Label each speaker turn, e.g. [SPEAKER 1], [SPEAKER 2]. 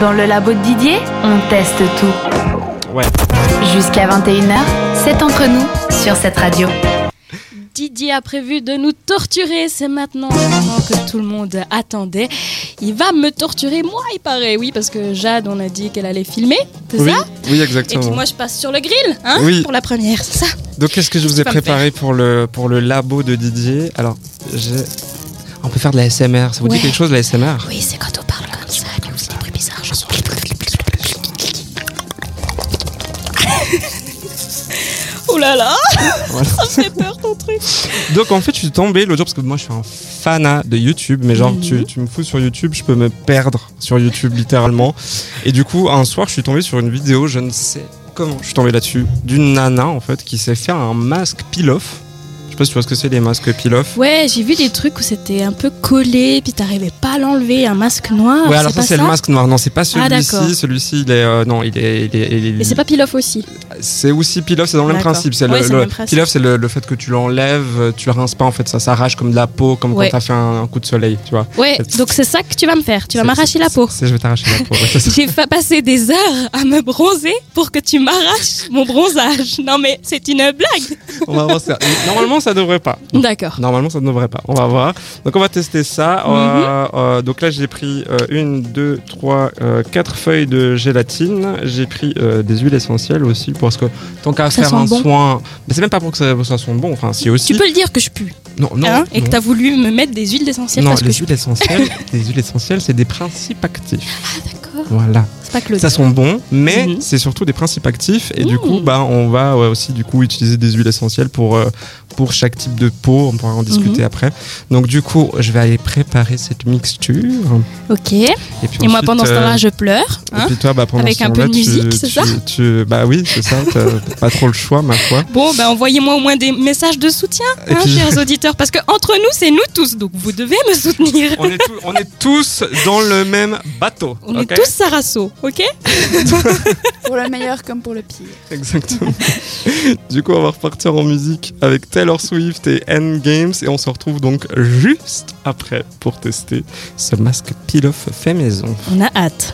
[SPEAKER 1] Dans le labo de Didier, on teste tout.
[SPEAKER 2] Ouais.
[SPEAKER 1] Jusqu'à 21h, c'est entre nous sur cette radio.
[SPEAKER 3] Didier a prévu de nous torturer. C'est maintenant le moment que tout le monde attendait. Il va me torturer, moi, il paraît. Oui, parce que Jade, on a dit qu'elle allait filmer, c'est
[SPEAKER 2] oui,
[SPEAKER 3] ça
[SPEAKER 2] Oui, exactement.
[SPEAKER 3] Et puis moi, je passe sur le grill, hein
[SPEAKER 2] Oui.
[SPEAKER 3] Pour la première, c'est ça
[SPEAKER 2] Donc, qu'est-ce que je vous ai
[SPEAKER 3] peux pas me
[SPEAKER 2] préparé pour le, pour le labo de Didier Alors, j'ai- on peut faire de la SMR. Ça vous
[SPEAKER 3] Ouais.
[SPEAKER 2] dit quelque chose, la SMR
[SPEAKER 3] Oui, c'est quand on parle comme ça, nous, c'est des bruits bizarres, je sens. Oh là là
[SPEAKER 2] Voilà.
[SPEAKER 3] Ça me fait peur ton truc
[SPEAKER 2] Donc, en fait, je suis tombé l'autre jour parce que moi, je suis un fanat de YouTube. Mais genre,
[SPEAKER 3] Mhm.
[SPEAKER 2] tu, tu me fous sur YouTube, je peux me perdre sur YouTube, littéralement. Et du coup, un soir, je suis tombé sur une vidéo, je ne sais comment, je suis tombé là-dessus, d'une nana, en fait, qui sait faire un masque peel-off. Je sais pas si tu vois ce que c'est, les masques peel-off.
[SPEAKER 3] Ouais, j'ai vu des trucs où c'était un peu collé, puis t'arrivais pas à l'enlever, un masque noir.
[SPEAKER 2] ouais, alors
[SPEAKER 3] Ah, c'est
[SPEAKER 2] ça,
[SPEAKER 3] pas Ah,
[SPEAKER 2] c'est le masque noir. Non, c'est pas celui-ci.
[SPEAKER 3] d'accord.
[SPEAKER 2] celui-ci, il est. euh, non, il est. il est- il est-
[SPEAKER 3] Mais c'est pas Pilaf aussi.
[SPEAKER 2] C'est aussi Pilaf, c'est dans le même
[SPEAKER 3] D'accord.
[SPEAKER 2] principe. C'est
[SPEAKER 3] Ouais,
[SPEAKER 2] le,
[SPEAKER 3] c'est le
[SPEAKER 2] le-
[SPEAKER 3] même principe.
[SPEAKER 2] Pilaf, c'est le, le fait que tu l'enlèves, euh, tu le rinces pas en fait, ça s'arrache comme de la peau, comme
[SPEAKER 3] Ouais.
[SPEAKER 2] quand t'as fait un, un coup de soleil, tu vois.
[SPEAKER 3] Ouais, donc c'est ça que tu vas me faire. Tu vas
[SPEAKER 2] C'est-
[SPEAKER 3] m'arracher la peau.
[SPEAKER 2] C'est, je vais t'arracher la peau. ouais, c'est ça.
[SPEAKER 3] J'ai fa- passé des heures à me bronzer pour que tu m'arraches mon bronzage. Non mais c'est une blague.
[SPEAKER 2] on va voir ça. Normalement, ça devrait pas.
[SPEAKER 3] D'accord.
[SPEAKER 2] Normalement, ça ne devrait pas. On va voir. Donc, on va tester ça.
[SPEAKER 3] Mhm.
[SPEAKER 2] Euh, euh, donc là, j'ai pris euh, une, deux, trois, euh, quatre feuilles de gélatine. J'ai pris euh, des huiles essentielles aussi, parce que tant qu'à
[SPEAKER 3] Ça
[SPEAKER 2] faire
[SPEAKER 3] sent
[SPEAKER 2] un
[SPEAKER 3] bon.
[SPEAKER 2] soin, mais c'est même pas pour que ça, ça sente bon. Enfin, si aussi.
[SPEAKER 3] Tu peux le dire que je pue,
[SPEAKER 2] Non, non.
[SPEAKER 3] hein, et
[SPEAKER 2] non.
[SPEAKER 3] que t'as voulu me mettre des huiles d'essentiel
[SPEAKER 2] Non,
[SPEAKER 3] parce que
[SPEAKER 2] les
[SPEAKER 3] je
[SPEAKER 2] huiles essentielles, les huiles essentielles, c'est des principes actifs.
[SPEAKER 3] Ah, d'accord.
[SPEAKER 2] Voilà.
[SPEAKER 3] C'est pas que le.
[SPEAKER 2] Ça sont bons, mais
[SPEAKER 3] Mhm.
[SPEAKER 2] c'est surtout des principes actifs et du
[SPEAKER 3] Mhm.
[SPEAKER 2] coup, bah, on va ouais, aussi du coup utiliser des huiles essentielles pour euh, pour chaque type de peau. On pourra
[SPEAKER 3] Mhm.
[SPEAKER 2] en discuter après. Donc du coup, je vais aller préparer cette mixture.
[SPEAKER 3] Ok. Et
[SPEAKER 2] Et puis
[SPEAKER 3] moi
[SPEAKER 2] ensuite,
[SPEAKER 3] pendant ce temps-là,
[SPEAKER 2] euh,
[SPEAKER 3] je pleure.
[SPEAKER 2] et
[SPEAKER 3] hein.
[SPEAKER 2] puis toi, bah, pendant
[SPEAKER 3] Avec
[SPEAKER 2] ce
[SPEAKER 3] un peu
[SPEAKER 2] temps-là,
[SPEAKER 3] de
[SPEAKER 2] tu-
[SPEAKER 3] musique, c'est
[SPEAKER 2] tu-
[SPEAKER 3] ça
[SPEAKER 2] tu- Bah oui, c'est ça. T'as pas trop le choix, ma foi.
[SPEAKER 3] Bon, ben envoyez-moi au moins des messages de soutien,
[SPEAKER 2] Et
[SPEAKER 3] hein,
[SPEAKER 2] puis-
[SPEAKER 3] chers auditeurs, parce que entre nous, c'est nous tous, donc vous devez me soutenir.
[SPEAKER 2] On est, tous- on est tous dans le même bateau.
[SPEAKER 3] On
[SPEAKER 2] ok
[SPEAKER 3] est tous Sarasso, ok
[SPEAKER 4] Pour le meilleur comme pour le pire.
[SPEAKER 2] Exactement. du coup, on va repartir en musique avec Taylor Swift et Endgames et on se retrouve donc juste après pour tester ce masque peel-off fait maison.
[SPEAKER 3] On a hâte.